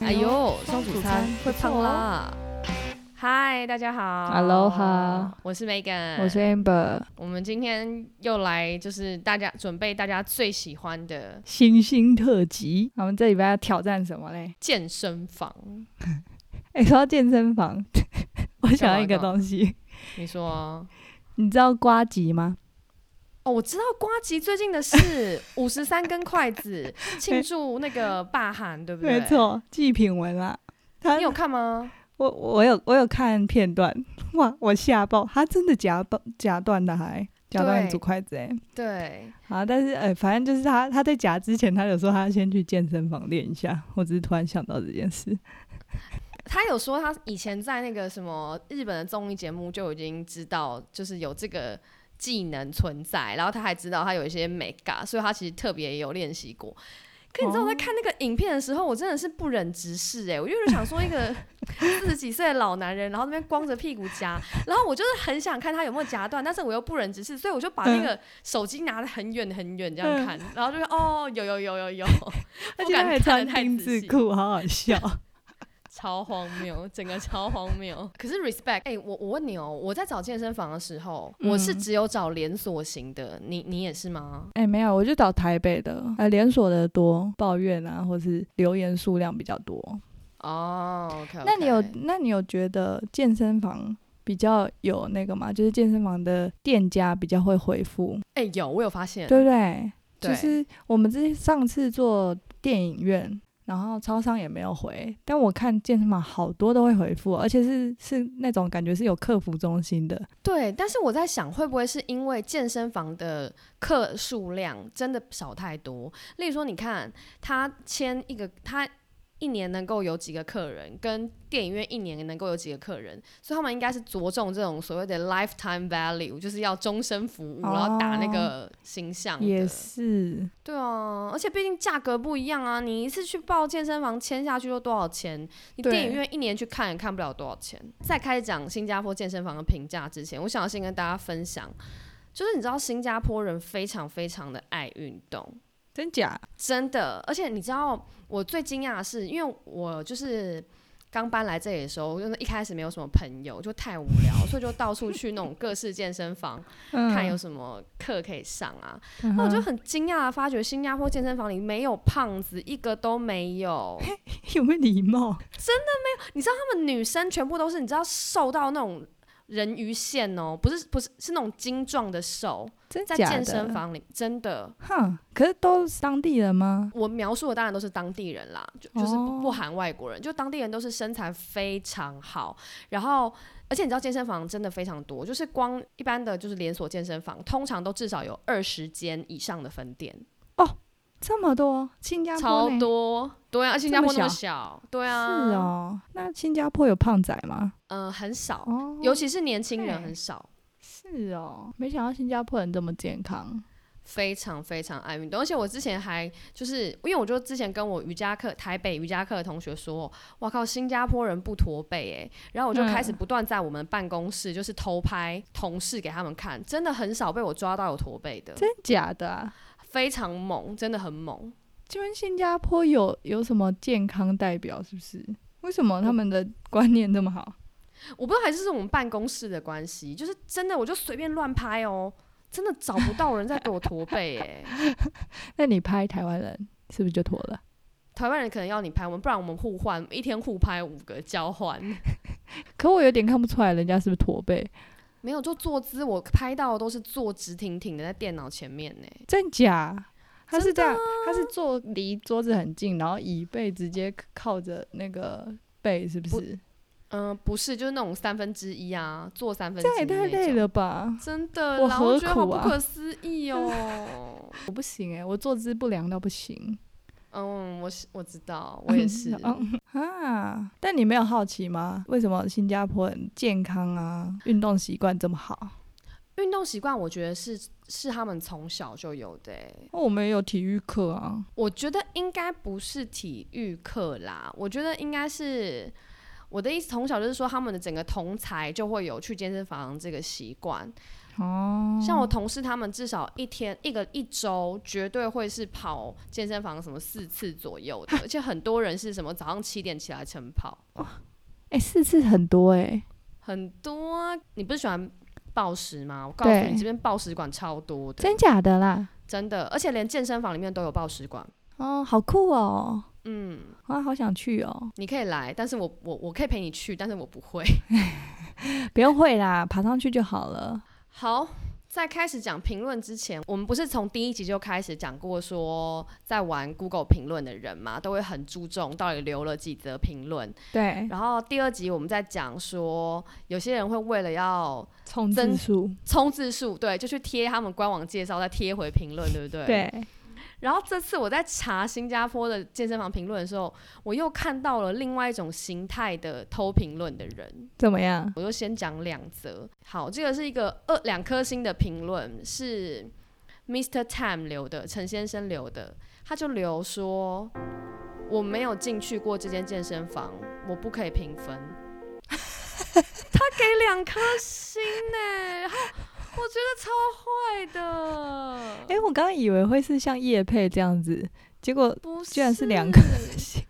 哎呦，双主主餐哦餐会会胖胖啦！嗨，大家好 Aloha 我是 Megan，我是 Amber，我们今天又来，就是大家准备大家最喜欢的星星特辑。我们这礼拜要挑战什么嘞？ 健身房。哎、说到健身房， 我想干到嘛一个干嘛东西，你说，你知道瓜吉吗？哦，我知道瓜吉最近的是五十三根筷 子庆祝那个霸韩，对不对？没，错，季品文啦。他你有看吗？我我有我有看片段， 哇，我吓爆！他真的夹断夹断的还夹断对竹筷子哎、对，啊！但是哎、反正就是他他在夹之前，他有说他要先去健身房练一下。我只是突然想到这件事。他有说他以前在那个什么日本的综艺节目就已经知道，就是有这个技能存在，然后他还知道他有一些美感，所以他其实特别有练习过。可你知道我在哦看那个影片的时候，我真的是不忍直视哎、我就是想说一个四十几岁的老男人，然后那边光着屁股夹， 然后我就是很想看他有没有夹断，但是我又不忍直视，所以我就把那嗯个手机拿得很远很远这样看，然后就说哦有有有有有， 而不且他敢还看穿得太丁仔字细。裤，好好笑。超荒谬，整个超荒谬。 可是 respect，哎、我我问你哦，我在找健身房的时候，嗯我是只有找连锁型的，你你也是吗？哎、没有，我就找台北的，呃，连锁的多，抱怨啊，或是留言数量比较多。哦，OK，, 那你有，那你有觉得健身房比较有那个吗？就是健身房的店家比较会回复，哎、有，我有发现，对不对？对就是我们之上次做电影院，然后超商也没有回，但我看健身房好多都会回复，而且是是那种感觉是有客服中心的，对，但是我在想，会不会是因为健身房的客数量真的少太多？例如说，你看他签一个，他一年能够有几个客人，跟电影院一年能够有几个客人，所以他们应该是着重这种所谓的 lifetime value，就是要终身服务，然后打那哦个形象的。也是，对啊，而且毕竟价格不一样啊，你一次去报健身房签下去都多少钱？你对电影院一年去看也看不了多少钱。在开始讲新加坡健身房的评价之前，我想要先跟大家分享，就是你知道新加坡人非常非常的爱运动，真假？真的，而且你知道，我最惊讶的是，因为我就是刚搬来这里的时候，我就是一开始没有什么朋友，就太无聊，所以就到处去那种各式健身房，嗯看有什么课可以上啊。嗯那我就哼很惊讶的发觉，新加坡健身房里没有胖子，一个都没有。 有没有礼貌？他们女生全部都是，你知道瘦到那种人鱼线哦，不是不是是那种精壮的瘦，真在假的？健身房里真的。哼，可是都是当地人吗？我描述的当然都是当地人啦，就就是不哦不含外国人，就当地人都是身材非常好，然后而且你知道健身房真的非常多，就是光一般的就是连锁健身房，通常都至少有二十间以上的分店，这么多，新加坡超呢多，对啊，新加坡那么这么小，对啊，是，哦，那新加坡有胖仔吗？嗯、很少，哦，尤其是年轻人对很少，是哦，没想到新加坡人这么健康。非常非常爱运动，而且我之前还就是因为我就之前跟我瑜伽课台北瑜伽课的同学说，哇靠，新加坡人不驼背哎、然后我就嗯开始不断在我们办公室就是偷拍同事给他们看，真的很少被我抓到有驼背的，真假的啊？非常猛，真的很猛。请问新加坡有有什么健康代表？是不是？为什么他们的观念这么好？我不知道还是是我们办公室的关系，就是真的我就随便乱拍哦、真的找不到人在给我驼背哎、那你拍台湾人是不是就妥了？台湾人可能要你拍我们，不然我们互换，一天互拍五个交换。可我有点看不出来人家是不是驼背， 没有，就坐姿，我拍到的都是坐直挺挺的在电脑前面呢。真假？他是真的啊这样，他是坐离桌子很近，然后椅背直接靠着那个背，是不不是？嗯、不是，就是那种三分之一啊，坐三分之一这也太那种累，了吧！真的，我然后何我觉得好苦不啊可思议 哦。我不行哎、我坐姿不良到不行。嗯，我是我知道，我也是。嗯啊！但你没有好奇吗？为什么新加坡人健康啊，运动习惯这么好？运动习惯，我觉得是是他们从小就有的欸、哦我们也有体育课啊。我觉得应该不是体育课啦，我觉得应该是我的意思，从小就是说他们的整个同才就会有去健身房这个习惯。哦，像我同事他们至少一天一个一周绝对会是跑健身房什么四次左右的，而且很多人是什么早上七点起来晨跑，哎、四次很多哎、很多、啊。你不是喜欢暴食吗？我告诉对你，这边暴食馆超多的，真假的啦？真的，而且连健身房里面都有暴食馆。哦，好酷哦，嗯，啊，好想去哦！你可以来，但是我我我可以陪你去，但是我不会。不用会啦，爬上去就好了。好，在开始讲评论之前，我们不是从第一集就开始讲过说，在玩 Google 评论的人嘛，都会很注重到底留了几则评论。对，然后第二集我们在讲说，有些人会为了要冲增字数，冲字数，对，就去贴他们官网介绍，再贴回评论，对不对？。对，然后这次我在查新加坡的健身房评论的时候，我又看到了另外一种形态的偷评论的人。怎么样？我就先讲两则。好，这个是一个二两颗星的评论，是 Mr. Tam 留的，陈先生留的，他就留说我没有进去过这间健身房，我不可以评分。 他给两颗星呢、然后我觉得超坏的，哎、我刚刚以为会是像叶配这样子，结果不是，居然是两颗星。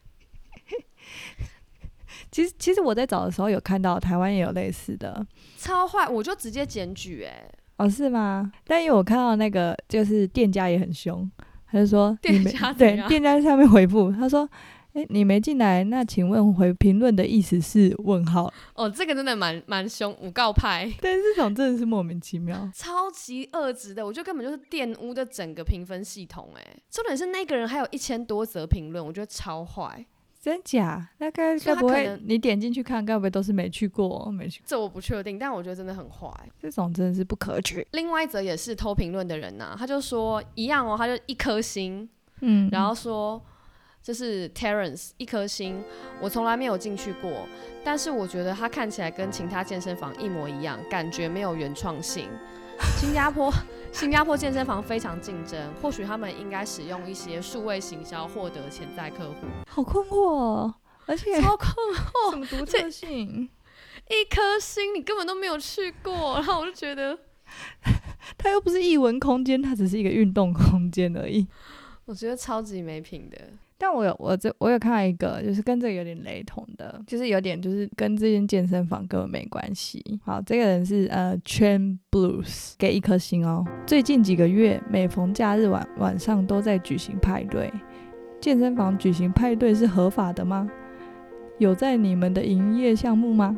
其实，其实我在找的时候有看到台湾也有类似的，超坏，我就直接检举哎、哦，是吗？但因为我看到那个，就是店家也很凶，他就说店你没家怎对样店家下面回复，他说：“哎、你没进来，那请问回评论的意思是问号哦，这个真的蛮蛮凶，五告派。？”但是这种真的是莫名其妙。超级恶质的，我觉得根本就是玷污的整个评分系统、哎，重点是那个人还有一千多则评论，我觉得超坏，真假？那该所以该他不可会能你点进去看，该不会都是没去过、哦没去？这我不确定，但我觉得真的很坏。这种真的是不可取。另外一则也是偷评论的人呐、啊他就说一样哦，他就一颗星，嗯，然后说就是 Terence 一颗星，我从来没有进去过，但是我觉得他看起来跟其他健身房一模一样，感觉没有原创性。新加坡 新加坡健身房非常竞争，或许他们应该使用一些数位行销获得潜在客 户。好困惑、哦，而且超酷，什么独这特性？ 一颗星你根本都没有去过，然后我就觉得，它又不是艺文空间，它只是一个运动空间而已。我觉得超级没品的。但我有我这我有看到一个，就是跟这个有点雷同的，就是有点就是跟这间健身房根本没关系。好，这个人是呃 Chain Blues，给一颗星哦。最近几个月，每逢假日晚晚上都在举行派对，健身房举行派对是合法的吗？有在你们的营业项目吗？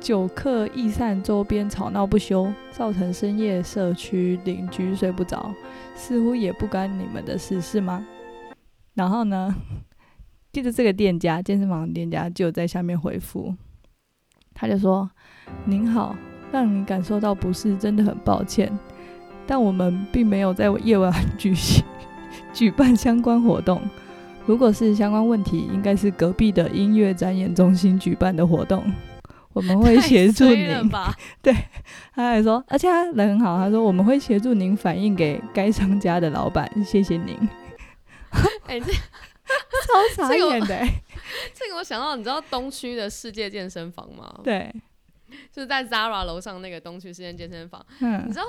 酒客易散，周边吵闹不休，造成深夜社区邻居睡不着，似乎也不干你们的事，是吗？然后呢， 记得这个店家健身房的店家就有在下面回复，他就说：“您好，让你感受到不适，真的很抱歉，但我们并没有在夜晚举行 举办相关活动。如果是相关问题，应该是隔壁的音乐展演中心举办的活动，我们会协助太您衰。了吧？他还说，而且他人很好，他说我们会协助您反映给该商家的老板，谢谢您。哎这超傻这个眼的、欸，这个我想到，你知道东区的世界健身房吗？ 对，就是在 Zara 楼上那个东区世界健身房，嗯你知，道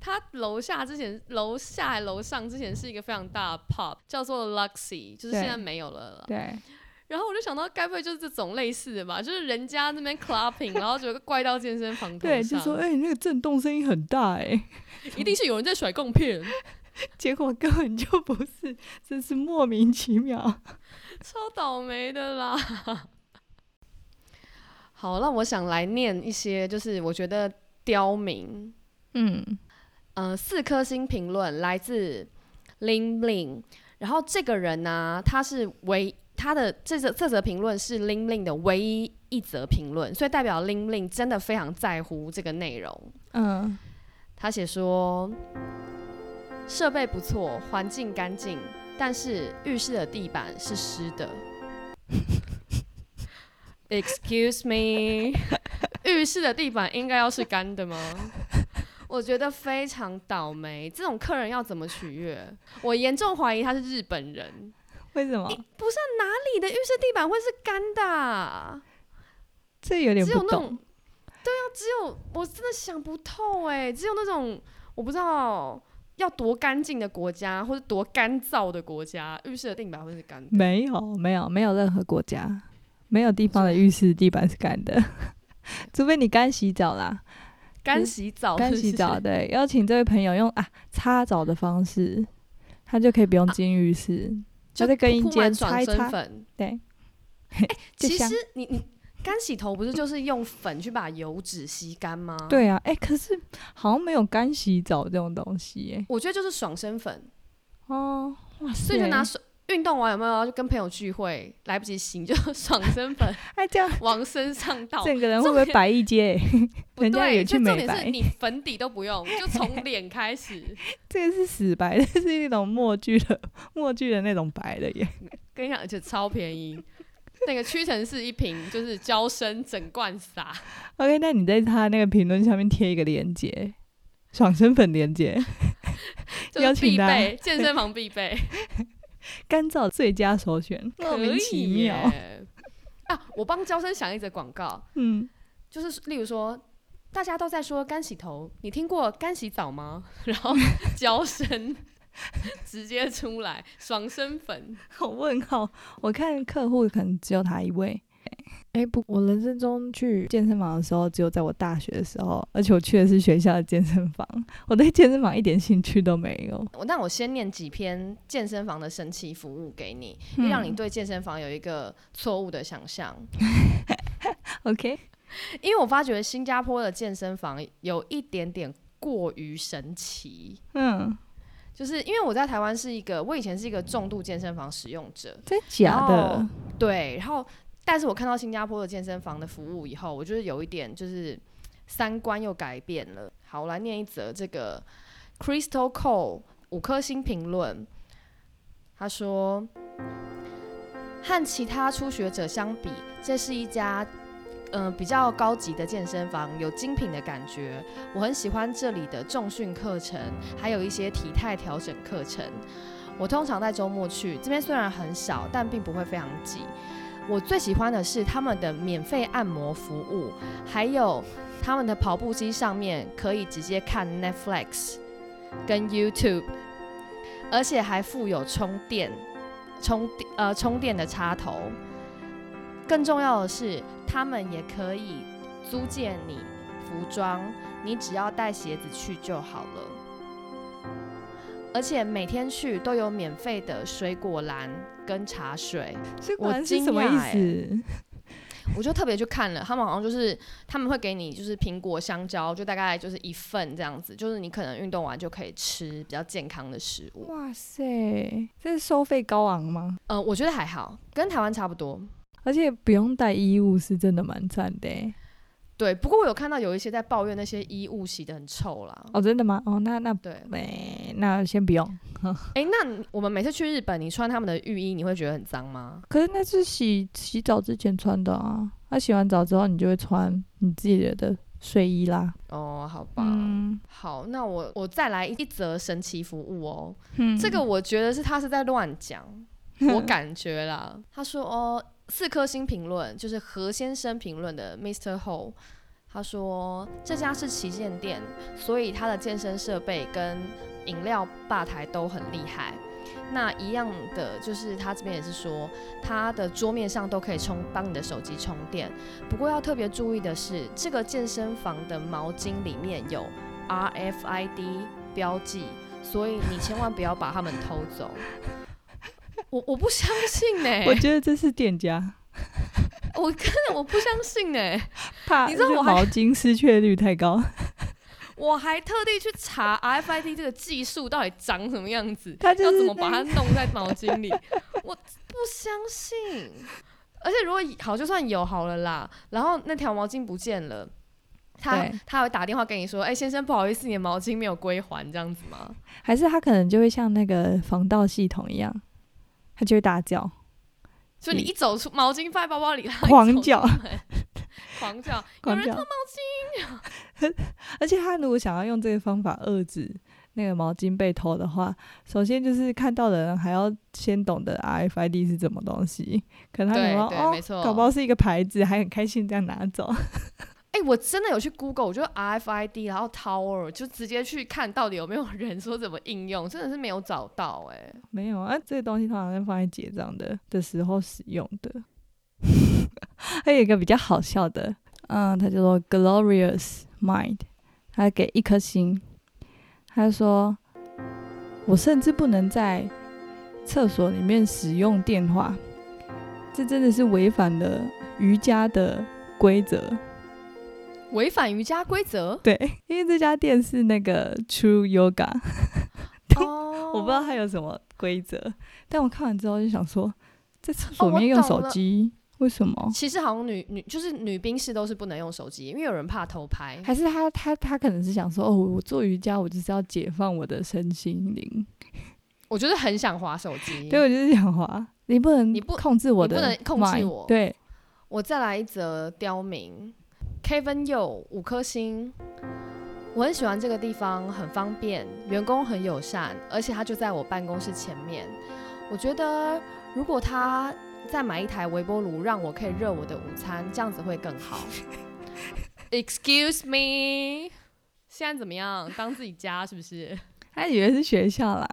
它楼下之前楼下还楼上之前是一个非常大的 pub，叫做 Luxy，就是对现在没有了啦。对，然后我就想到，该不会就是这种类似的吧？就是人家那 边 clapping，然后就怪到健身房头对，就上，说哎、你那个震动声音很大哎、 一定是有人在甩贡片，结果根本就不是，真是莫名其妙。超倒霉的啦。 好，那我想来念一些，就是我觉得刁民嗯，呃，四颗星评论来自 Lin Lin，然后这个人呢、他是唯他的这则这则评论是 Lin Lin 的唯一一则评论，所以代表 Lin Lin 真的非常在乎这个内容。嗯，他写说，设备不错，环境干净，但是浴室的地板是湿 的。Excuse me，浴 室的地板应该要是干的吗？我觉得非常倒霉，这种客人要怎么取悦？我严重怀疑他是日本人。为什么？你的浴室地板会是干的啊、这有点只不有那懂种。啊只有我真的想不透哎、只有那种我不知道要多干净的国家，或者多干燥的国家，浴室的地板会是干的。没有，没有，没有任何国家，没有地方的浴室地板是干的， 除非你干洗澡啦，干洗澡是干不是，洗 澡对，邀请这位朋友用啊擦澡的方式，他就可以不用进浴室，啊就他在更衣铺满间擦转一身擦，粉。对， 就其香实你你干洗头不是就是用粉去把油脂吸干吗？，对啊，哎、可是好像没有干洗澡这种东西耶、我觉得就是爽身粉，哦，哇塞，所以就拿爽运动完有没有就跟朋友聚会来不及洗，你就 爽身粉哎这样。往身上 倒。整个人会不会百亿街、不人家对，也去就重美点白 是你粉底都不用，就从脸开始。这个是死白， 这是一种默剧的默剧的那种白的耶。跟你讲，而且超便宜。那个屈臣氏一瓶就是娇生整罐撒， OK，那你在他那个评论下面贴一个链接，爽身粉链接， 就邀是请必大家备， 健身房必备，干燥最佳首选， 莫可名其以耶妙。啊！我帮娇生想一则广告，嗯，就是例如说，大家都在说干洗头，你听过干洗澡吗？ 然后娇生 直接出来，爽身粉， 我问号，我看客户可能只有他一位。哎、不，我人生中去健身房的时候，只有在我大学的时候，而且我去的是学校的健身房，我对健身房一点兴趣都没有。我那我先念几篇健身房的神奇服务给你，又让你对健身房有一个错误的想象。 OK，因为我发觉新加坡的健身房有一点点过于神奇，嗯，就是因为我在台湾是一个，我以前是一个重度健身房使用者，真假的然？对，然后但是我看到新加坡的健身房的服务以后，我就是有一点就是三观又改变了。好，我来念一则这个 Crystal Cole 五颗星评论，他说。和其他初学者相比，这是一家嗯、呃比较高级的健身房，有精品的感觉。我很喜欢这里的重训课程，还有一些体态调整课程。我通常在周末去，这边虽然很少，但并不会非常挤。我最喜欢的是他们的免费按摩服务，还有他们的跑步机上面可以直接看 Netflix 跟 YouTube，而且还附有充电、充电呃充电的插头。更重要的是，他们也可以租借你服装，你只要带鞋子去就好了。而且每天去都有免费的水果篮跟茶水。这我管是惊什么意讶欸思？我就特别去看了，他们好像就是他们会给你就是苹果、香蕉，就大概就是一份这样子，就是你可能运动完就可以吃比较健康的食物。哇塞，这是收费高昂吗？嗯，我觉得还好，跟台湾差不多。而且不用带衣物是真的蛮赞的欸、对，不过我有看到有一些在抱怨那些衣物洗得很臭啦。哦，真的吗？哦，那那对，没，那先不用。哎、那你我们每次去日本，你穿他们的浴衣，你会觉得很脏吗？可是那是洗洗澡之前穿的啊，那、洗完澡之后你就会穿你自己的睡衣啦。哦，好吧。嗯，好，那我我再来一则神奇服务哦，嗯这个我觉得是他是在乱讲，我感觉啦。他说哦，四颗星评论就是何先生评论的 Mr. Ho，他说这家是旗舰店，所以他的健身设备跟饮料吧台都很厉害。那一样的就是他这边也是说，他的桌面上都可以充帮你的手机充电。不过要特别注意的是，这个健身房的毛巾里面有 RFID 标记，所以你千万不要把它们偷走。我我不相信呢、欸我觉得这是店家我真的我不相信呢、欸怕，你知道我还毛巾失窃率太高，我还特地去查 RFID 这个技术到底长什么样子，他就要是怎么把那它弄在毛巾 里，我不相信。而且如果好就算有好了啦，然后那条毛巾不见了，他对他还会打电话跟你说：“哎、先生，不好意思，你的毛巾没有归还，这样子吗 还是他可能就会像那个防盗系统一样，他就会大叫。？”就你一走出毛巾放在包包里，然后一 狂走出叫门，狂 叫，有关人掉毛巾。 而且他如果想要用这个方法遏制那个毛巾被偷的话，首先就是看到的人还要先懂得 RFID 是什么东西，可能他对想说对哦没错，搞不好是一个牌子，还很开心这样拿走。哎、我真的有去 Google，我就 RFID，然后 Tower 就直接去看到底有没有人说怎么应用，真的是没有找到哎、没有啊，这个东西通常是放在结账的的时候使用的。 还有一个比较好笑的，嗯，他叫做 Glorious Mind，他给一颗星，他说我甚至不能在厕所里面使用电话，这真的是违反了瑜伽的规则。。违反瑜伽规则 对，因为这家店是那个 True Yoga。哦，我不知道它有什么规则，但我看完之后就想说，在厕所哦里我面用懂手了机、为什 么？其实好像女女就是女兵士都是不能用手机，因为有人怕偷拍。还是他他他可能是想说，哦，我做瑜伽，我就是要解放我的身心灵。我就是很想划手机。对，我就是想滑，你不能嗯你不控制我你的，不能控制我对，我再来一则刁民，Kevin y o 五颗星。我很喜欢这个地方，很方便，员工很友善，而且他就在我办公室前面。我觉得如果他再买一台微波炉，让我可以热我的午餐，这样子会更好。Excuse me，现在怎么样？当自己家是不是？他以为是学校啦。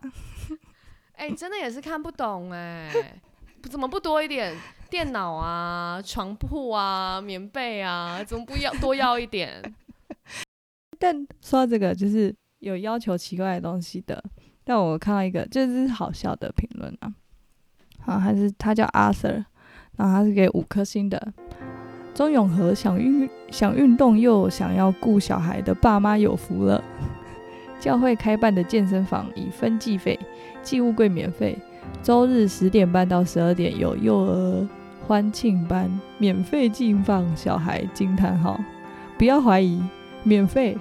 哎、真的也是看不懂哎、不怎么不多一点电脑啊、床铺啊、棉被啊，怎么不要多要一点？但说到这个，就是有要求奇怪的东西的，但我看到一个，就是好笑的评论啊，啊，还是他叫 Arthur，然后他是给五颗星的。钟永和想运想运动又想要顾小孩的爸妈有福了。教会开办的健身房以分计费，寄物柜免费。周日十点半到十二点有幼儿欢庆班，免费进放小孩惊叹号！不要怀疑，免费，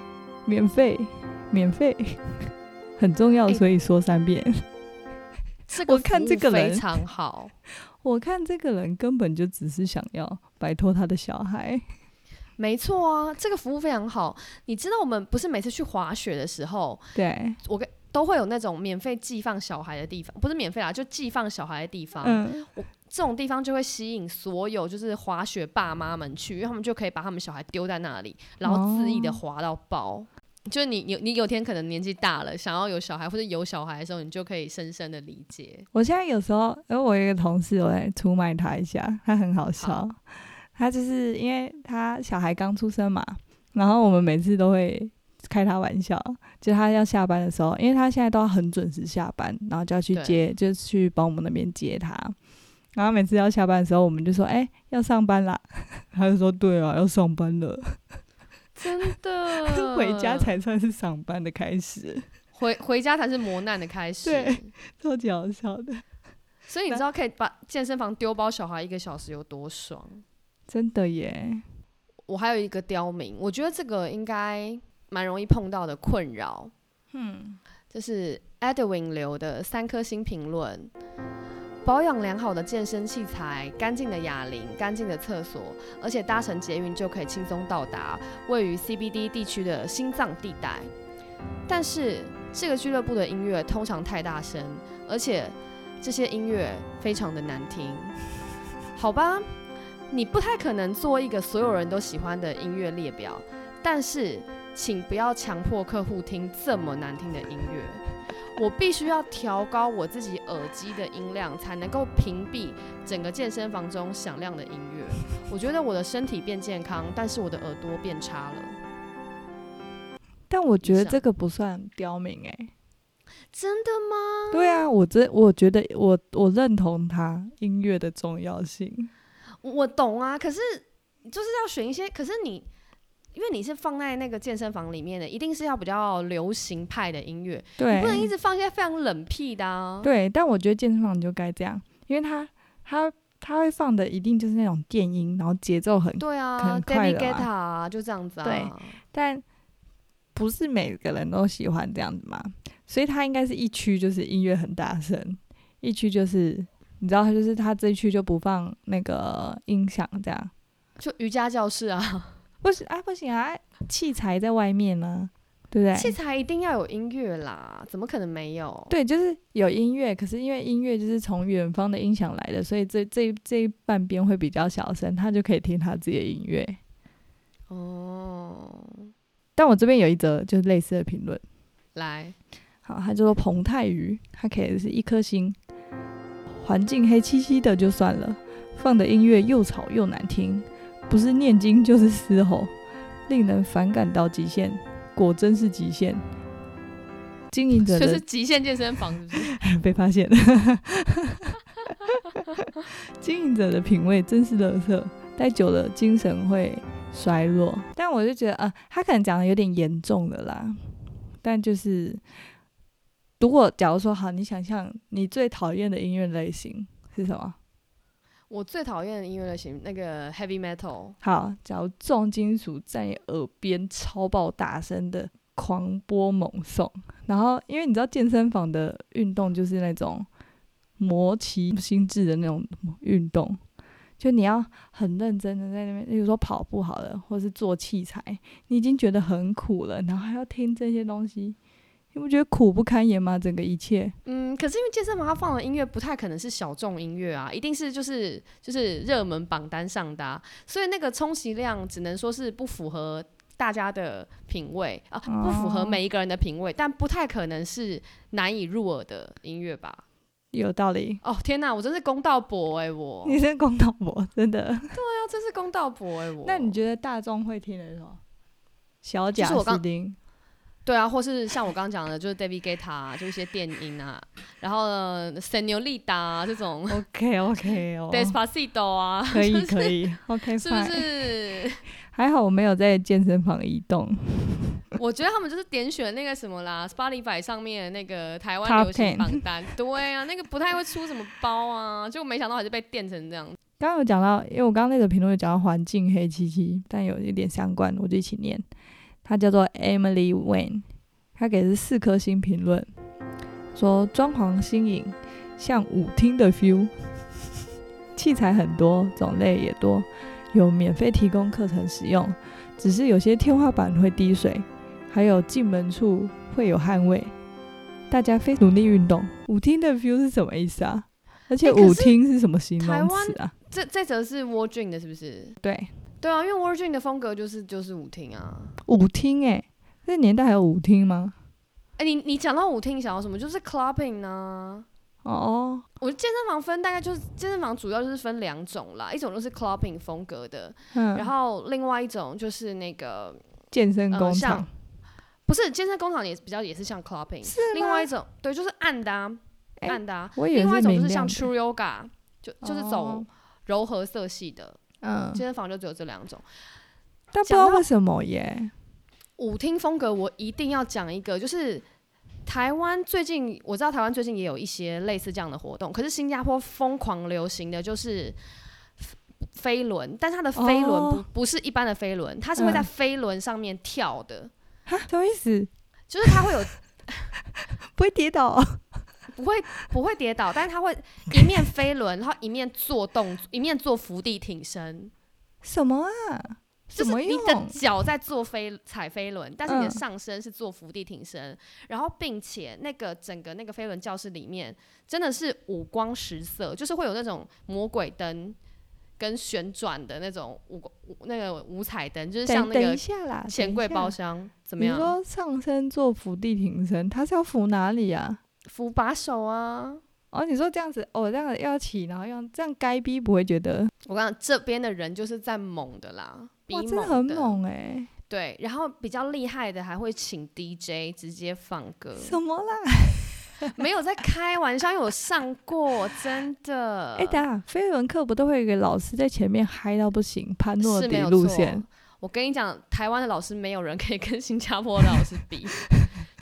免费，免费，很重要，哎所以说三遍。这个我看服务这个非人常好，我看这个人根本就只是想要摆脱他的小孩。没错啊，这个服务非常好。你知道我们不是每次去滑雪的时候，对，我跟都会有那种免费寄放小孩的地方，不是免费啦，就寄放小孩的地方。嗯，这种地方就会吸引所有就是滑雪爸妈们去，因为他们就可以把他们小孩丢在那里，然后恣意的滑到爆。就是你你你有天可能年纪大了，想要有小孩或者有小孩的时候，你就可以深深的理解。我现在有时候，因为我有一个同事，我来出卖他一下，他很好笑。好他就是因为他小孩刚出生嘛，然后我们每次都会开他玩笑，就他要下班的时候，因为他现在都要很准时下班，然后就要去对接，就去保姆那边接他。然后每次要下班的时候，我们就说：“哎、要上班啦。”他就说：“对啊，要上班了。”真 的，回家才算是上班的开始，回回家才是磨难的开始。对超级好笑的，所以你知道可以把健身房丢包小孩一个小时有多爽？真的耶！我还有一个刁民，我觉得这个应该蛮容易碰到的困扰。嗯，这是 Edwin 留的三颗星评论。保养良好的健身器材、干净的哑铃、干净的厕所，而且搭乘捷运就可以轻松到达位于 CBD 地区的心脏地带。但是这个俱乐部的音乐通常太大声，而且这些音乐非常的难听。好吧，你不太可能做一个所有人都喜欢的音乐列表，但是请不要强迫客户听这么难听的音乐。我必须要调高我自己耳机的音量，才能够屏蔽整个健身房中响亮的音乐。我觉得我的身体变健康，但是我的耳朵变差了。但我觉以得上这个不算刁民哎、真的吗？对啊，我真我觉得我我认同他音乐的重要性，我我懂啊，可是就是要选一些，可是你因为你是放在那个健身房里面的，一定是要比较流行派的音乐，你对不能一直放一些非常冷僻的啊。对，但我觉得健身房就该这样，因为他他他会放的一定就是那种电音，然后节奏很，对啊很快，David 的嘛 Guetta 啊就这样子啊。对但不是每个人都喜欢这样子嘛，所以他应该是一区就是音乐很大声，一区就是你知道，就是他这一区就不放那个音响这样。就瑜伽教室啊，不行啊，不行啊，器材在外面呢、对不器对？材一定要有音乐啦，怎么可能没有？对，就是有音乐，可是因为音乐就是从远方的音响来的，所以这这这一半边会比较小声，他就可以听他自己的音乐。哦，但我这边有一则就是类似的评论，来，好，他就说彭泰宇，他给的是一颗星，环境黑漆漆的就算了，放的音乐又吵又难听，不是念经就是嘶吼，令人反感到极限，果真是极限。经营者 就的是极限健身房是不 是？被发现。经营者的品味真是垃圾，待久了精神会衰弱。但我就觉得，啊、他可能讲的有点严重了啦。但就是，如果假如说好，你想象你最讨厌的音乐类型是什么？ 我最讨厌的音乐类型那个 heavy metal，好，假如重金属在你耳边超爆大声的狂播猛送，然后因为你知道健身房的运动就是那种磨其心智的那种运动，就你要很认真的在那边，例如说跑步好了，或是做器材，你已经觉得很苦了，然后还要听这些东西，你不觉得苦不堪言吗？整个一切，嗯，可是因为健身房它放的音乐不太可能是小众音乐啊，一定是就是就是热门榜单上的、啊，所以那个充其量只能说是不符合大家的品味啊，不符合哦每一个人的品味，但不太可能是难以入耳的音乐吧。有道理。哦天哪，我真是公道博哎、我，你是公道婆，真的。那真是公道博哎、我。那你觉得大众会听的是什么？小贾其实我刚斯汀。对啊，或是像我刚刚讲的，就是 David Guetta，、啊、就一些电音啊，然后呢 Senorita 啊这哦种 OK OK 哦 Despacito 啊，可以可以，OK 是不 fine。是？还好我没有在健身房移动 我觉得他们就是点选那个什么啦，Spotify 上面的那个台湾 Top 流行10榜单。 对啊，那个不太会出什么包啊，结果没想到还是被电成这样。刚刚有讲到，因为我刚刚那个评论有讲到环境黑漆漆，但有一点相关，我就一起念。它叫做 Emily Wayne，她给的是四颗星评论，说装潢新颖，像舞厅的 feel，器材很多，种类也多，有免费提供课程使用，只是有些天花板会滴水，还有进门处会有汗味。大家非努力运动，舞厅的 feel 是什么意思啊？而且欸可是舞厅是什么形台容湾词啊？这这则是 w a r d r e n 的，是不是？对，对啊，因为 w a r d r e n 的风格就是就是舞厅啊。舞厅哎、那年代还有舞厅吗？哎、你你讲到舞厅，你想到什么？就是 clubbing 啊。哦，我健身房分大概就是健身房主要就是分两种啦，一种就是 clubbing 风格的，嗯，然后另外一种就是那个健身呃工像厂、不是健身工厂也比较也是像 clubbing，是另外一种对就是暗的、啊哎暗的、啊，我以为另外一是种就明是亮像的 True Yoga，就就是走哦柔和色系的、嗯，健身房呃就只有这两种。但不知讲道到为什么耶，舞厅风格我一定要讲一个，就是台湾最近我知道台湾最近也有一些类似这样的活动，可是新加坡疯狂流行的就是飞。飞轮，但它的飞轮不、哦不是一般的飞轮，它是会在嗯飞轮上面跳的，哈，什么意思？就是它会有不会跌 倒、哦？不会不会跌倒，但是他会一面飞轮，然后一面做动，一面做伏地挺身，什么啊？什就是么你用？的脚在做飞踩飞轮，但是你的嗯上身是做伏地挺身，然后并且那个整个那个飞轮教室里面真的是五光十色，就是会有那种魔鬼灯跟旋转的那种五五那个五彩灯，就是像等那等个一下啦，钱柜包怎厢怎么样你？说上身做伏地挺身，他是要扶哪里啊？扶把手啊！哦，你说这样子，哦，这样子要起，然后用这样该逼不会觉得我跟你讲，这边的人就是在猛的啦，比哇，猛真的很猛哎、对，然后比较厉害的还会请 DJ 直接放歌，什么啦？没有在开玩笑，因为我上过， 真的。哎、等下，飞轮课不都会有一个老师在前面嗨到不行，潘诺是迪没有路错线，。我跟你讲，台湾的老师没有人可以跟新加坡的老师比，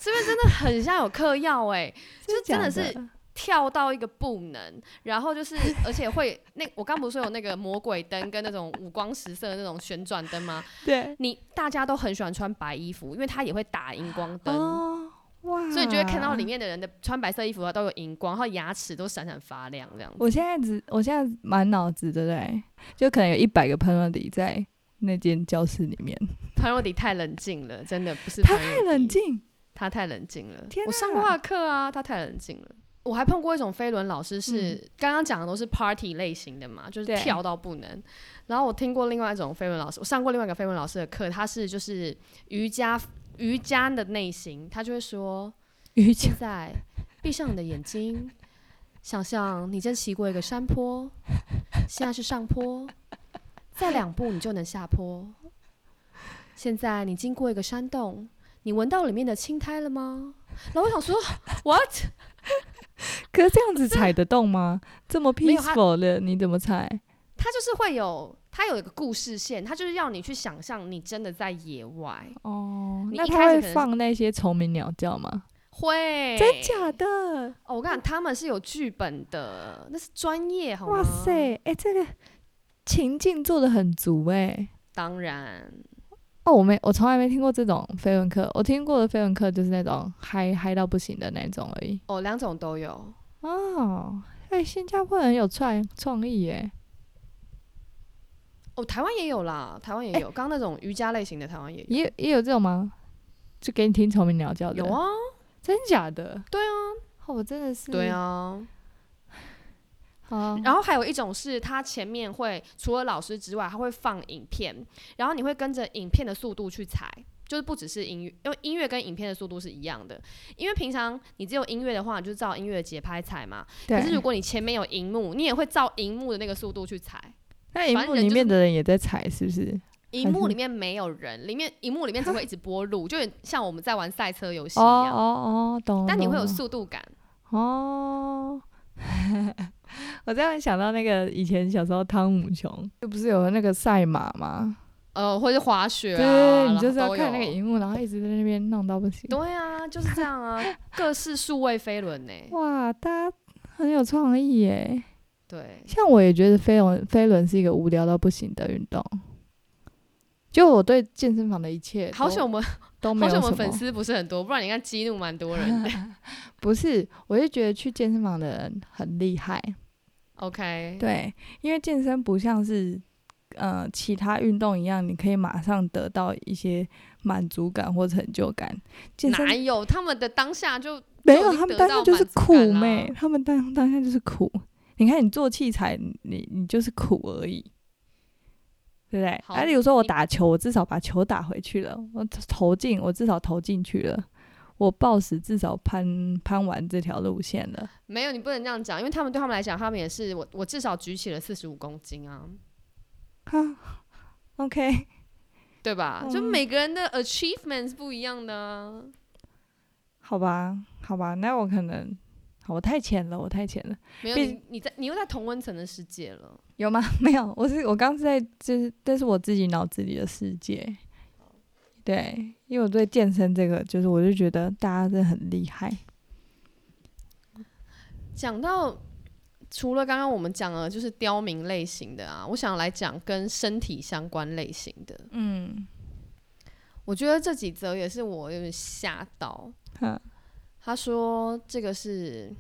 这边真的很像有嗑药哎，就真的是跳到一个不能，然后就是而且会那我刚不是有那个魔鬼灯跟那种五光十色的那种旋转灯吗？对你大家都很喜欢穿白衣服，因为它也会打荧光灯。哦哇，所以你就会看嗯到里。面的人的穿白色衣服啊，都有荧光，然后牙齿都闪闪发亮这样子。我现在只我现在满脑子对不对？就可能有一百个潘诺迪在那间教室里面，潘若迪太冷静了，真的不是他潘若太迪冷，静，他太冷静了天。我上哪过他的课啊，他太冷静了。我还碰过一种飞轮老师是，刚刚讲的都是 party 类型的嘛，就是嗯对跳到不能。然后我听过另外一种飞轮老师，我上过另外一个飞轮老师的课，他是就是瑜伽瑜伽的内心，他就会说，瑜伽现在闭上你的眼睛，想象你正骑过一个山坡，现在是上坡，再两步你就能下坡。现在你经过一个山洞，你闻到里面的青苔了吗？然后我想说，what？可是这样子踩得动 吗？这么没有它 peaceful 的，你怎么踩？它就是会有，它有一个故事线，它就是要你去想象你真的在野外，哦，你那一他开会始可能是放那些虫鸣鸟叫吗？会真假的？哦！我跟你讲，他们是有剧本的，那是专业好吗？哇塞，，哎、这个情境做的很足哎、当然，哦，我没，我从来没听过这种飞轮课。我听过的飞轮课就是那种嗨嗨到不行的那种而已。哦，两种都有。哦，哎、新加坡很有创创意耶。哦，台湾也有啦，台哎湾也有。刚、刚那种瑜伽类型的，台湾也有。也也有这种吗？就给你听虫鸣鸟叫的？有，啊，真假的？对啊。哦，我真的是。对。啊。啊，然后还有一种是，它前面会除了老师之外，它会放影片，然后你会跟着影片的速度去踩。就是不只是音乐，因为音乐跟影片的速度是一样的。因为平常你只有音乐的话，你就照音乐的节拍踩嘛。可是如对。果你前面有荧幕，你也会照荧幕的那个速度去踩。那荧反幕正人里就面是的人也在踩，是不是？荧还幕是里面没有人，里面荧幕里面只会 一直播路，就有点像我们在玩赛车游戏哦一样。哦哦，懂。但你会有懂速度感，哦， 我这样想到那个以前小时候汤姆熊，就不是有那个赛马吗？呃，或是滑雪啊，对，然你后就是要都看那有个荧幕，然后一直在那边弄到不行。对啊，就是这样啊，各式数位飞轮呢、哇，大家很有创意耶！对，像我也觉得飞轮飞轮是一个无聊到不行的运动。就我对健身房的一切好都险我们都没好有险什我们么粉丝不是很多，不然你看激怒蛮多 人的。不是，我就觉得去健身房的人很厉害， OK，对，因为健身不像是呃其他运动一样，你可以马上得到一些满足感或成就感。健身哪有他们的当下就没就已有，经他们得当下到就是满足苦感啦妹，他们当当下就是苦。你看你做器材，你你就是苦而已，对不对？好哎、啊，比如说我你打球，我至少把球打回去了，我投进，我至少投进去了。我暴食至少攀攀完这条路线了，没有，你不能这样讲，因为他们对他们来讲，他们也是我我至少举起了四十五公斤啊，哈，OK，对吧？就嗯每个人的 achievement 是不一样的啊。好吧，好吧，那我可能，好我太浅了，我太浅了，没有毕你你在你又在同温层的世界了。有吗？ 没有，我是我刚是在，就是这是我自己脑子里的世界。对，因为我对健身这个，就是我就觉得大家真的很厉害。讲到除了刚刚我们讲了就是刁民类型的啊，我想来讲跟身体相关类型的。嗯，我觉得这几则也是我有点吓到。嗯他说这个是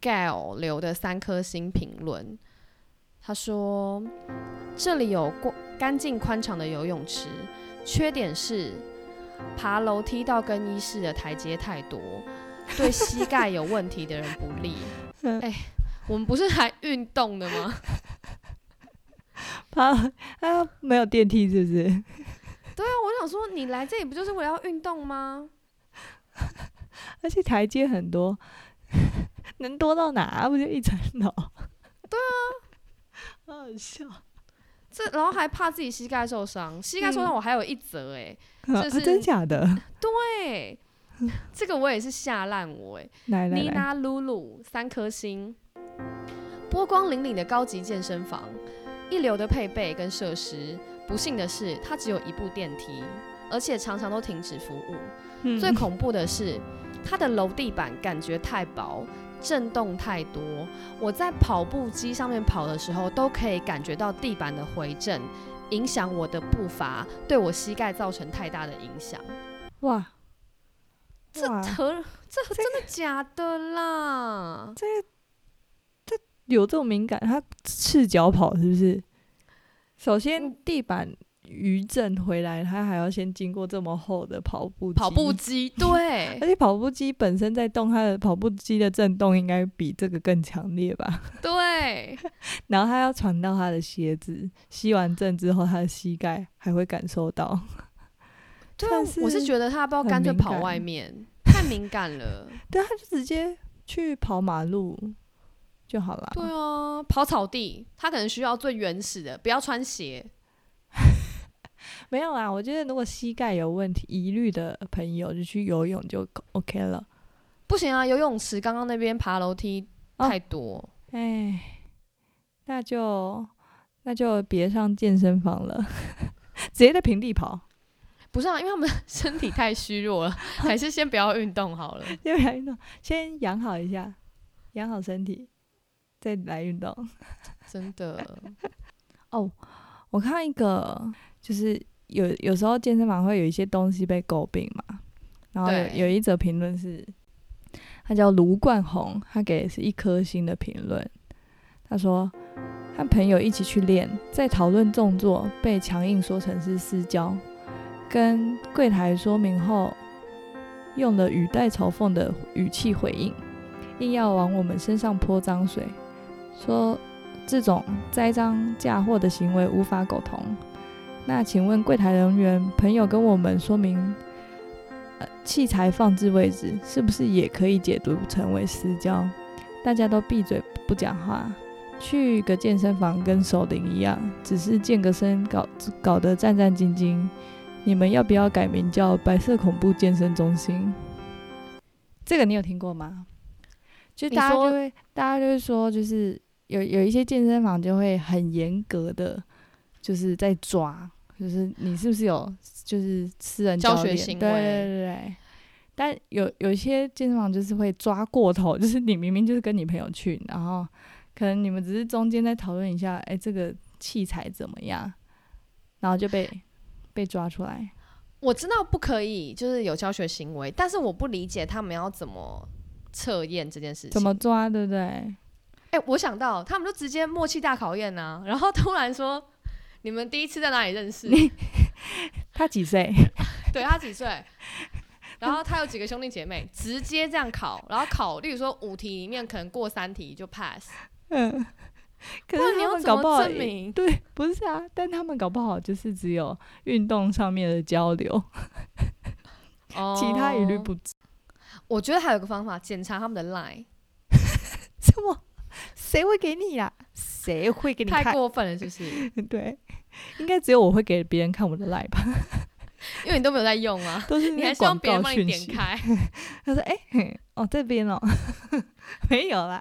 Gail 留的三颗星评论。他说这里有过干净宽敞的游泳池，缺点是爬楼梯到更衣室的台阶太多，对膝盖有问题的人不利。嗯哎、我们不是还运动的吗？ 爬啊，没有电梯是不是？ 啊我想说，你来这里不就是为了要运动吗？而且台阶很多， 能多到哪、啊不就一层楼？ 对啊，好好笑。这然后还怕自己膝盖受伤，膝盖受嗯伤我还有一则哎、啊，是真假的？ 对，这个我也是吓烂我哎、来来妮来，娜露露三颗星，波光粼粼的高级健身房，一流的配备跟设施。不幸的是，它只有一部电梯，而且常常都停止服务。嗯最恐怖的是，它的楼地板感觉太薄，震动太多。我在跑步机上面跑的时候，都可以感觉到地板的回震，影响我的步伐，对我膝盖造成太大的影响。哇，这哇和这真的假的啦？嗯有这种敏感，他赤脚跑是不是？首先，地板余震回来，他还要先经过这么厚的跑步机跑步机， 对而且跑步机本身在动，它的跑步机的震动应该比这个更强烈吧？ 对，然后它要传到他的鞋子，吸完震之后，他的膝盖还会感受到。 对啊算，是我是觉得他不要干脆很敏跑感外面，太敏感了。 对，他就直接去跑马路就好了。对啊，跑草地，他可能需要最原始的，不要穿鞋。没有啦，我觉得如果膝盖有问题、疑虑的朋友，就去游泳就 OK 了。不行啊，游泳池刚刚那边爬楼梯哦太多，哎，那就那就别上健身房了， 直接在平地跑，不是啊，因为他们 身体太虚弱 了，还是先不要运动好了。要不然运动，先养好一下，养好身体，再来运动。真的，我看一个，就是有有时候健身房会有一些东西被诟病嘛，然后对有有一则评论是，他叫卢冠宏，他给的是一颗星的评论，他说和朋友一起去练，在讨论动作被强硬说成是私交，跟柜台说明后，用了语带嘲讽的语气回应，硬要往我们身上泼脏水，说这种栽赃嫁祸的行为无法苟同。那请问柜台人员朋友跟我们说明，呃，器材放置位置是不是也可以解读成为私交？大家都闭嘴不讲话，去个健身房跟守灵一样，只是健个身搞搞得战战兢兢。你们要不要改名叫白色恐怖健身中心？这个你有听过吗？就你大家就说会大家就会说，就是有有一些健身房就会很严格的，就是在抓，就是你是不是有就是私人教学练行对为对对对。但有有一些健身房就是会抓过头，就是你明明就是跟你朋友去，然后可能你们只是中间在讨论一下，哎、这个器材怎么样，然后就被被抓出来。我知道不可以，就是有教学行为，但是我不理解他们要怎么测验这件事情。怎么抓，对不对？哎、我想到他们就直接默契大考验呐、然后突然说你们第一次在哪里认识？他几岁？ 对他 几岁？然后他有几个兄弟姐妹？直接这样考，然后考，例如说五题里面可能过三题就 pass，嗯， 可不然是你他要们怎搞不么好证明？对，不是啊，但他们搞不好就是只有运动上面的交流，哦其他一律。不知。我觉得还有个方法，检查他们的 line， 什么？谁会给你呀、谁会给你太看？过分了，是不 是？对，应该只有我会给别人看我的 line 吧，因为你都没有在用 啊，都是你那还希广望别告人帮你讯点息。开，他说：“哎、嘿哦，这边哦， 没有啦。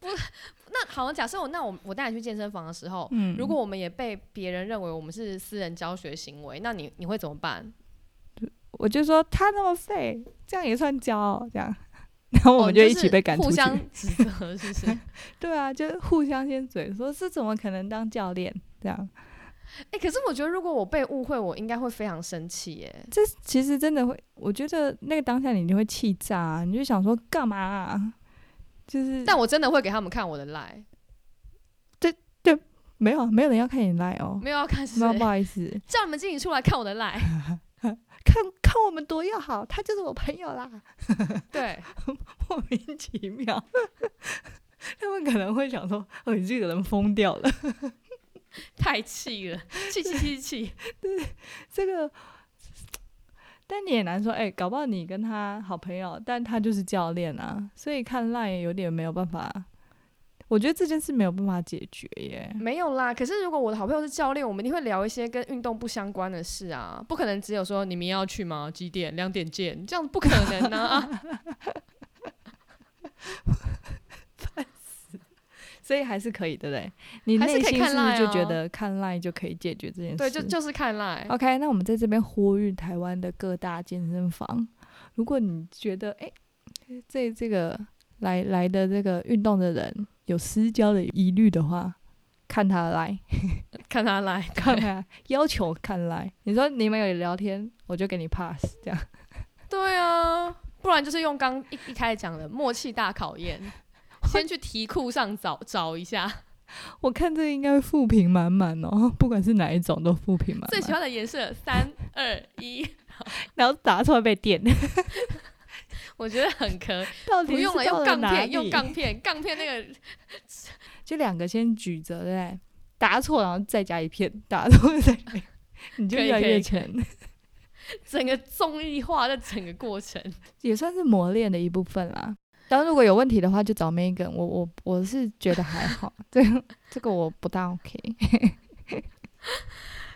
那好，假设我那我我带你去健身房的时候”，嗯，如果我们也被别人认为我们是私人教学行为，那你你会怎么办？我就说他那么废，这样也算骄傲，这样， 然后我哦们你一是起被赶出互去。 相指责，是不是？哎、对啊，就互相先嘴说，这怎么可能当教练？这样，哎可是我觉得如果我被误会，我应该会非常生气耶。这其实真的会，我觉得那个当下你一定会气炸、啊，你就想说干嘛、啊？就是但我真的会给他们看我的赖，没有啊，没有人要看你来哦，没有要看谁，那不好意思，叫你们自己出来看我的赖。 看看我们多要好，他就是我朋友啦，对， 莫名其妙。 他们可能会想说：“哦，你这个人疯掉了。太气了，气气气气。” 这个，但你也难说。哎、搞不好你跟他好朋友，但他就是教练啊，所以看烂也有点没有办法。我觉得这件事没有办法解决耶。没有啦，可是如果我的好朋友是教练，我们一定会聊一些跟运动不相关的事啊，不可能只有说你们要去吗？几点？两点见，这样不可 能啊。所以还是可以，对不对？你还是内可以心看是不是 Line 就啊觉得看烂哦就可以解决这件事？对，就就是看赖。 OK，那我们在这边呼吁台湾的各大健身房，如果你觉得哎、这这个来来的这个运动的人有私交的疑虑的话，看他 来，看他来，看他要求看来。你说你们有聊天，我就给你 pass 这样。对啊，不然就是用刚一一开始讲的默契大考验，先去题库上找找一下。我看这个应该会负评满满哦， 不管是哪一种都负评满满。最喜欢的颜色，三二一，然后打出来被 电，我觉得很可以。到底不用是了，到用了钢哪片，用里钢片，钢片那个就两个先举着，对不对？答错，然后再加一片，答错再加 一片，你就可以越来可以可越以全，整个综艺化的整个过程。也算是磨练的一部分啦。当然，如果有问题的话，就找 Megan。我我我是觉得还 好，这个这个我不大 OK。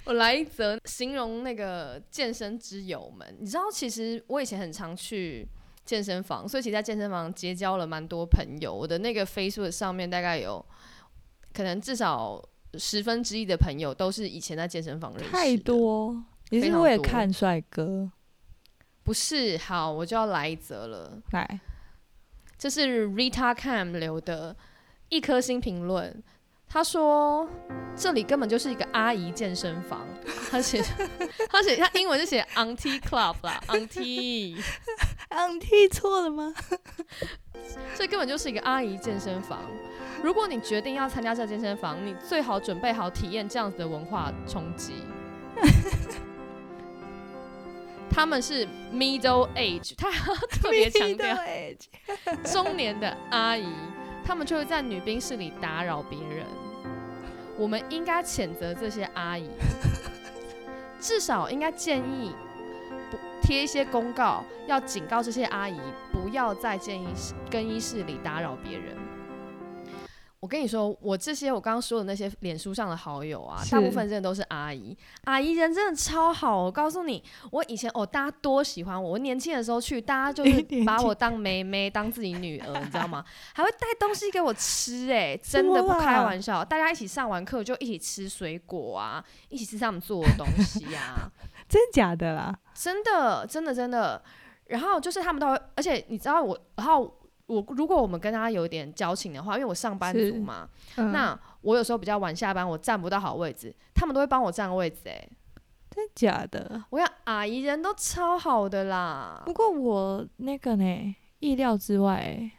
我来一则形容那个健身之友们，你知道，其实我以前很常去健身房，所以其实在健身房结交了蛮多朋友。我的那个 Facebook 上面大概有可能至少十分之一的朋友都是以前在健身房认识的太，多，你非是常为了多看帅哥不是？好，我就要来一则了。来？这是 Rita Cam 留的一颗星评论，他说这里根本就是一个阿姨健身房，他写 他写他英文就写 Auntie Club 啦，Auntie，嗯，踢错了吗？这根本就是一个阿姨健身房。如果你决定要参加这健身房，你最好准备好体验这样子的文化冲击。他们是 middle age，他还要特别 强调中年的阿姨，她们就会在女宾室里打扰别人。我们应该谴责这些阿姨，至少应该建议不贴一些公告，要警告这些阿姨不要在建议室更衣室里打扰别人。我跟你说，我这些我刚刚说的那些脸书上的好友啊，是大部分真的都是阿姨，阿姨人真的超好。我告诉你，我以前哦，大家多喜欢我，我年轻的时候去，大家就是 年把轻我当妹妹，当自己女儿，你知道吗？ 还会带东西给我吃、哎，真的什么不啦开玩笑。大家一起上完课就一起吃水果啊，一起吃他们做的东西 啊，真假的啦？真的，真的，真的。然后就是他们都会，而且你知道我，然后我如果我们跟他有点交情的话，因为我上班是族嘛，嗯、那我有时候比较晚下班，我占不到好位置，他们都会帮我占位置、哎，真假的？我想阿姨人都超好的啦不，过我那个呢，意料之外、欸，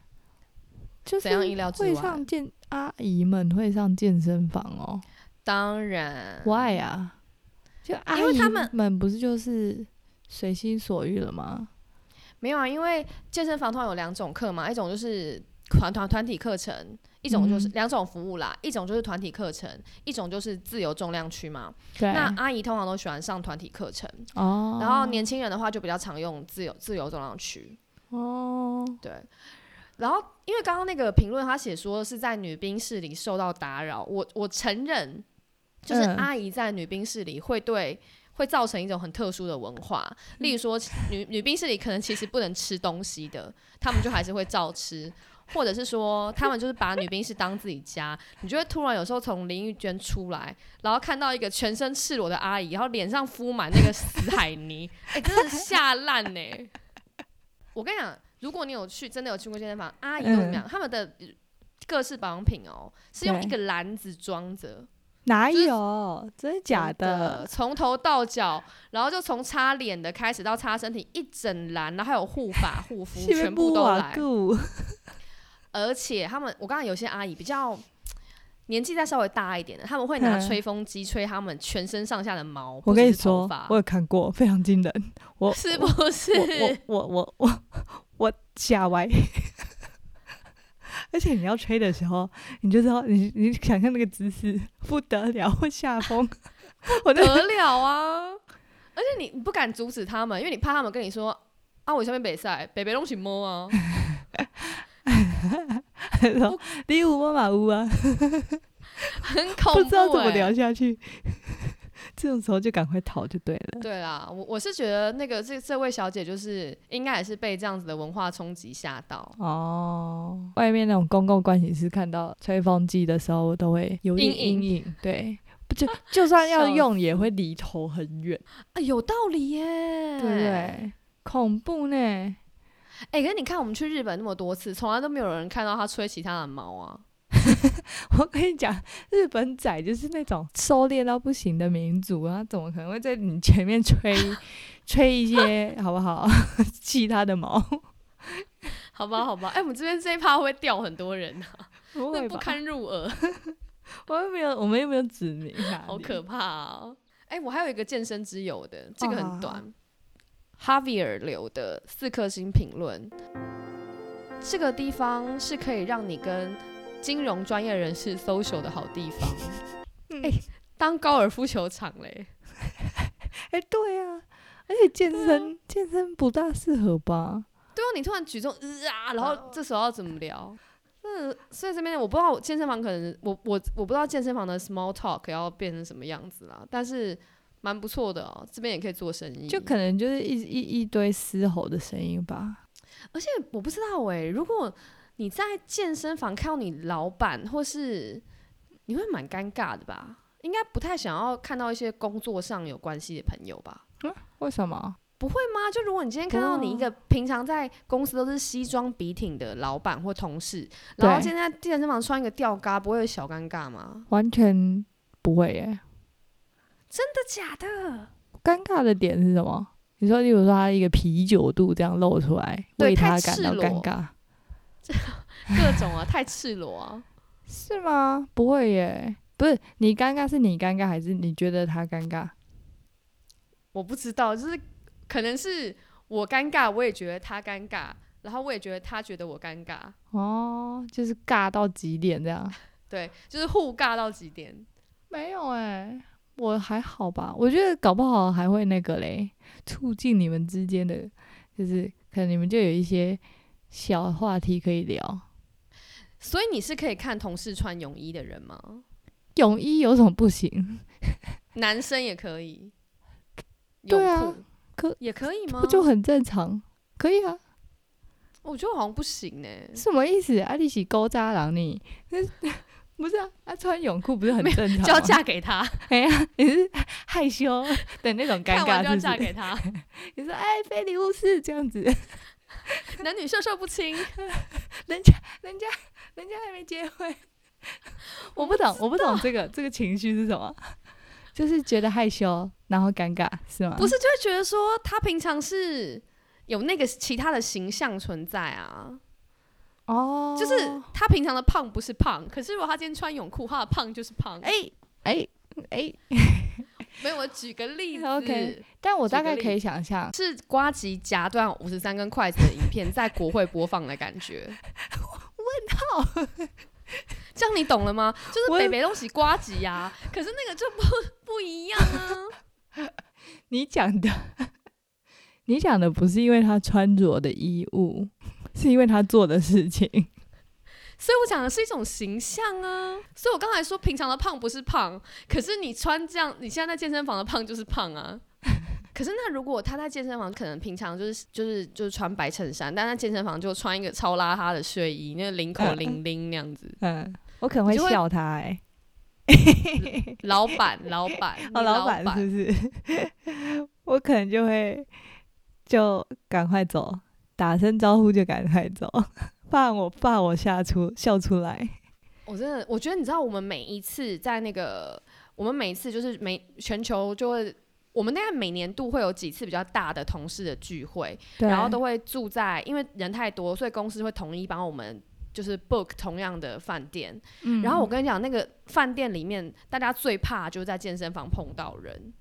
就是 怎样意料之会外？上健阿姨们会上健身房哦当然， ？Why 啊？就阿因为姨他们们不是就是随心所欲了吗？没有啊，因为健身房通常有两种课嘛，一种就是团团团体课程，一种就是嗯两、种服务啦，一种就是团体课程，一种就是自由重量区嘛。对，那阿姨通常都喜欢上团体课程，哦，然后年轻人的话就比较常用自由自由重量区。哦，对。然后，因为刚刚那个评论他写说是在女兵室里受到打扰，我我承认，就是嗯阿姨在女兵室里会对会造成一种很特殊的文化，例如说女女兵室里可能其实不能吃东西的，他们就还是会照吃。或者是说，他们就是把女兵室当自己家，你就会突然有时候从淋浴间出来，然后看到一个全身赤裸的阿姨，然后脸上敷满那个死海泥，哎、真的吓烂呢、我跟你讲，如果你有去，真的有去过健身房，阿姨嗯都怎么样？他们的呃各式保养品哦，是用对一个篮子装着，哪就是有？真的假真的的？从头到脚，然后就从擦脸的开始到擦身体，一整篮，然后还有护发、护 肤，西北全部部啊都瓦来。固而且他们，我刚刚有些阿姨比较年纪再稍微大一点的，他们会拿嗯吹风机吹他们全身上下的毛，我不只跟你是头说发，我有看过，非常惊人。我是不是？我我我我 我我吓歪。 而且你要吹的时候，你就知道你你想象那个姿势不得了，会下风。 我的得了啊！而且你你不敢阻止他们，因为你怕他们跟你说啊，我下面北赛，北北弄起摸 啊，第五妈妈屋啊，很不恐知道怖怎么哎、聊下去。 这种时候就赶快逃就对了。对啦，我我是觉得那个这这位小姐就是应该也是被这样子的文化冲击吓到，哦，外面那种公共盥洗室看到吹风机的时候，我都会有点阴阴影影。对，不就就算要笑死用，也会离头很远，啊，有道理耶，对不对？恐怖呢？ 哎、可是你看我们去日本那么多次，从来都没有人看到她吹其他的毛啊，我跟你讲，日本仔就是那种收敛到不行的民族啊，怎么可能会在你前面 吹吹一些好不好？ 其他的毛， 好吧，好吧，哎、我们这边这一趴会不会掉很多人啊，不那会不吧？堪入耳。我又没有，我们又没有指明啊哪里，好可怕哦！哎、我还有一个健身之友的，这个很好好短。哈维尔留的四颗星评论，这个地方是可以让你跟金融专业人士 social 的好地方。哎、当高尔夫球场嘞，哎、对啊，而且健啊身、健身不大适合吧？对啊，你突然举重，呃啊，然后这时候要怎么聊？那所以这边我不知道健身房可能我我我不知道健身房的 small talk 要变成什么样子啦，但是蛮不错的哦，这边也可以做生意，就可能就是一一一堆嘶吼的声音吧。而且我不知道哎、如果你在健身房看到你老板，或是你会蛮尴尬的吧？应该不太想要看到一些工作上有关系的朋友吧？为什么？不会吗？就如果你今天看到不会啊你一个平常在公司都是西装笔挺的老板或同事，然后对现在健身房穿一个吊嘎，不会有小尴尬 吗？完全不会耶、真的假的？尴尬的点是什么？你说，例如说他一个啤酒肚这样露出来，对为他太感赤到裸尴尬，各种啊，太赤裸啊！是吗？不会耶，不是你尴尬是你尴尬，还是你觉得他尴尬？我不知道，就是可能是我尴尬，我也觉得他尴尬，然后我也觉得他觉得我尴尬。哦，就是尬到极点这样。对，就是互尬到极点。没有哎、我还好吧，我觉得搞不好还会那个嘞，促进你们之间的，就是可能你们就有一些小话题可以聊。所以你是可以看同事穿泳衣的人吗？泳衣有什么不行？男生也可以，泳对啊裤、可也可以吗？不就很正常？可以啊，嗯我觉得我好像不行欸呢、什么意思？啊，你是勾渣郎你？不是啊，啊穿泳裤不是很没有正常吗？就要嫁给他，哎呀，你是 害羞的那种尴看尬完就要是嫁不是？给他， 你说哎，非礼勿视这样子。男女授受不 亲。人家人家人家还没结婚， 我不懂，我不懂这个这个情绪是什么，就是觉得害羞，然后尴尬是吗？不是，就会觉得说他平常是有那个其他的形象存在啊，哦，就是他平常的胖不是胖，可是如果他今天穿泳裤，他的胖就是胖。哎哎哎，没有，我举个例子 OK 但我举个大概可例以想象，是瓜吉夹断五十三根筷子的影片在国会播放的 感觉。问号，这样你懂了吗？就是我北北东西瓜吉呀、可是那个就不不一样啊。你讲的你讲的不是因为他穿着的衣物， 是因为他做的事情。嗯所以我讲的是一种形象啊。所以我刚才说平常的胖不是胖，可是你穿这样，你现在在健身房的胖就是 胖啊。可是那如果他在健身房，可能平常就是就是就是穿白衬衫，但在健身房就穿一个超邋遢的睡衣，那个领口 嗯嗯零零那样子。嗯，我可能会你就会笑他哎、老板，老 板，哦，你老板板是不是？ 我可能就会就赶快走，打声招呼就赶快走， 怕我怕我吓出笑出来。我真的，我觉得你知道，我们每一次在那个，我们每一次就是每全球就会，我们大概每年度会有几次比较大的同事的聚会，对然后都会住在，因为人太多，所以公司会统一帮我们。就是 book 同样的饭店，嗯然后我跟你讲，那个饭店里面大家最怕就是在健身房碰到人，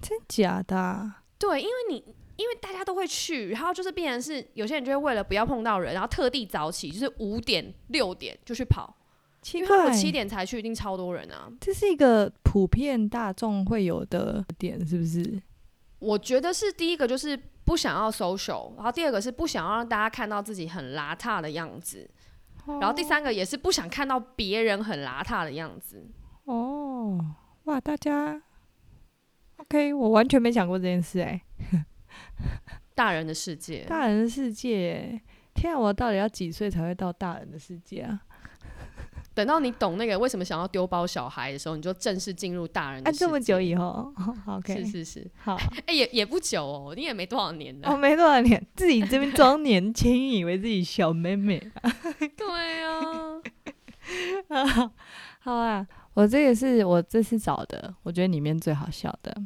真假的啊、对，因为你因为大家都会去，然后就是变成是有些人就会为了不要碰到人，然后特地早起，就是五点六点就去跑，因奇为他怪们，七点才去，一定超多人啊。这是一个普遍大众会有的点，是不是？我觉得是第一个就是不想要 social，然后第二个是不想要让大家看到自己很邋遢的样子，然后第三个也是不想看到别人很邋遢的样子。哦，哇，大家，OK，我完全没想过这件事哎、大人的世界，大人的世界，天啊，我到底要几岁才会到大人的世界啊？等到你懂那个为什么想要丢包小孩的时候，你就正式进入大人的啊，世界。这么久以后 ，OK，是是是， 好，哎、也也不久哦，你也没多少年了。我、哦没多少年，自己这边装年轻，以为自己小妹妹。 对啊，好啊，我这个是我这次找的，我觉得里面最好笑的，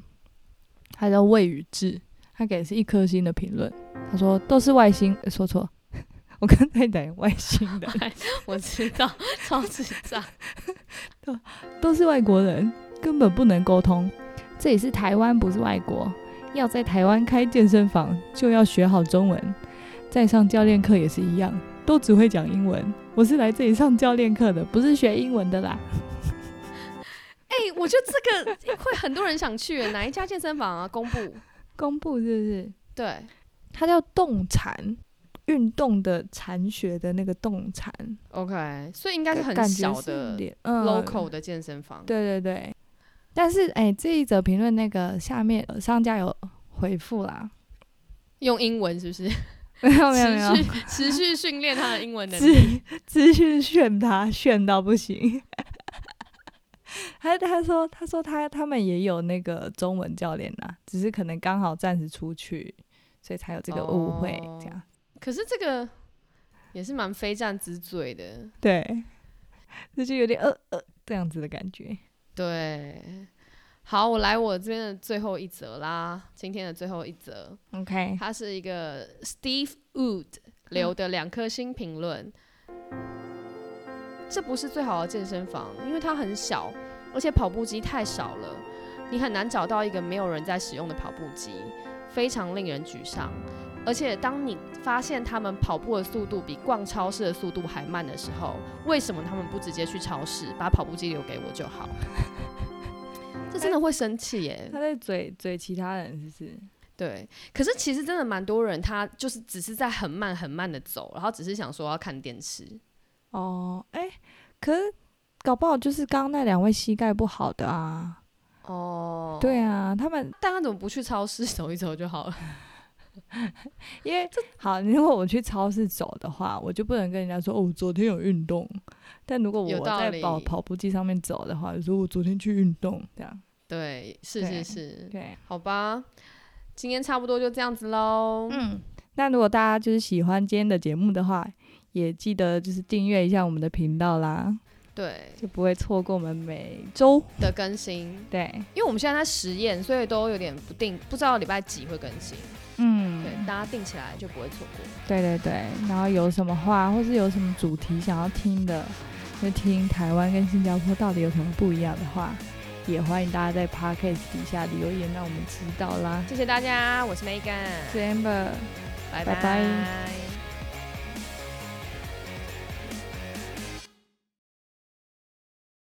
他叫魏宇志，他给的是一颗星的评论，他说都是外星，呃说错， 我刚才讲外星人 我知道，超智障。都是外国人，根本不能沟通。这里是台湾，不是外国。要在台湾开健身房，就要学好中文。再上教练课也是一样，都只会讲英文。我是来这里上教练课的，不是学英文的啦。 哎、我觉得这个会很多人想去，哪一家健身房啊？公布公布是不是？对，它叫动禅，运动的禅学的那个动禅， OK，所以应该是很感觉小是的连嗯 local 的健身房。对对对，但是哎、这一则评论那个下面呃商家有回复啦， 用英文是不是？没有没有没有持，续持续训练他的英文能力。资资讯炫他炫到不行。 他他说他说他他们也有那个中文教练呐、只是可能刚好暂时出去，所以才有这个误会、哦这样。可是这个也是蛮非战之罪的，对， 这就有点呃呃这样子的感觉。对。好，我来我这边的最后一则啦，今天的最后一则， OK，它是一个 Steve Wood 留的两颗星评论。这不是最好的健身房，因为它很小，而且跑步机太少了，你很难找到一个没有人在使用的跑步机，非常令人沮丧。而且当你发现他们跑步的速度比逛超市的速度还慢的时候，为什么他们不直接去超市把跑步机留给我就好？ 这真的会生气耶、他在嘴嘴其他人是不是？对，可是其实真的蛮多人，他就是只是在很慢很慢的走，然后只是想说要看电视。哦，哎、可是搞不好就是刚刚那两位膝盖不好的啊。哦，对，啊，他们但他怎么不去超市 走一走就好了？因为好，如果我去超市走的话，我就不能跟人家说哦，我昨天有运动。但如果有我道在理跑跑步机上面走的话，就说我昨天去运动，这样对，是对是是，对。好吧，今天差不多就这样子喽。嗯，那如果大家就是喜欢今天的节目的话，也记得就是订阅一下我们的频道啦，对就不会错过我们每周的更新，对，因为我们现在在实验，所以都有点不定，不知道礼拜几会更新。嗯对，大家定起来就不会错过。对对对，然后有什么话或是有什么主题想要听的，就听台湾跟新加坡到底有什么不一样的话，也欢迎大家在 podcast 底下留言让我们知道啦。谢谢大家，我是 Megan，是 Amber。拜拜拜拜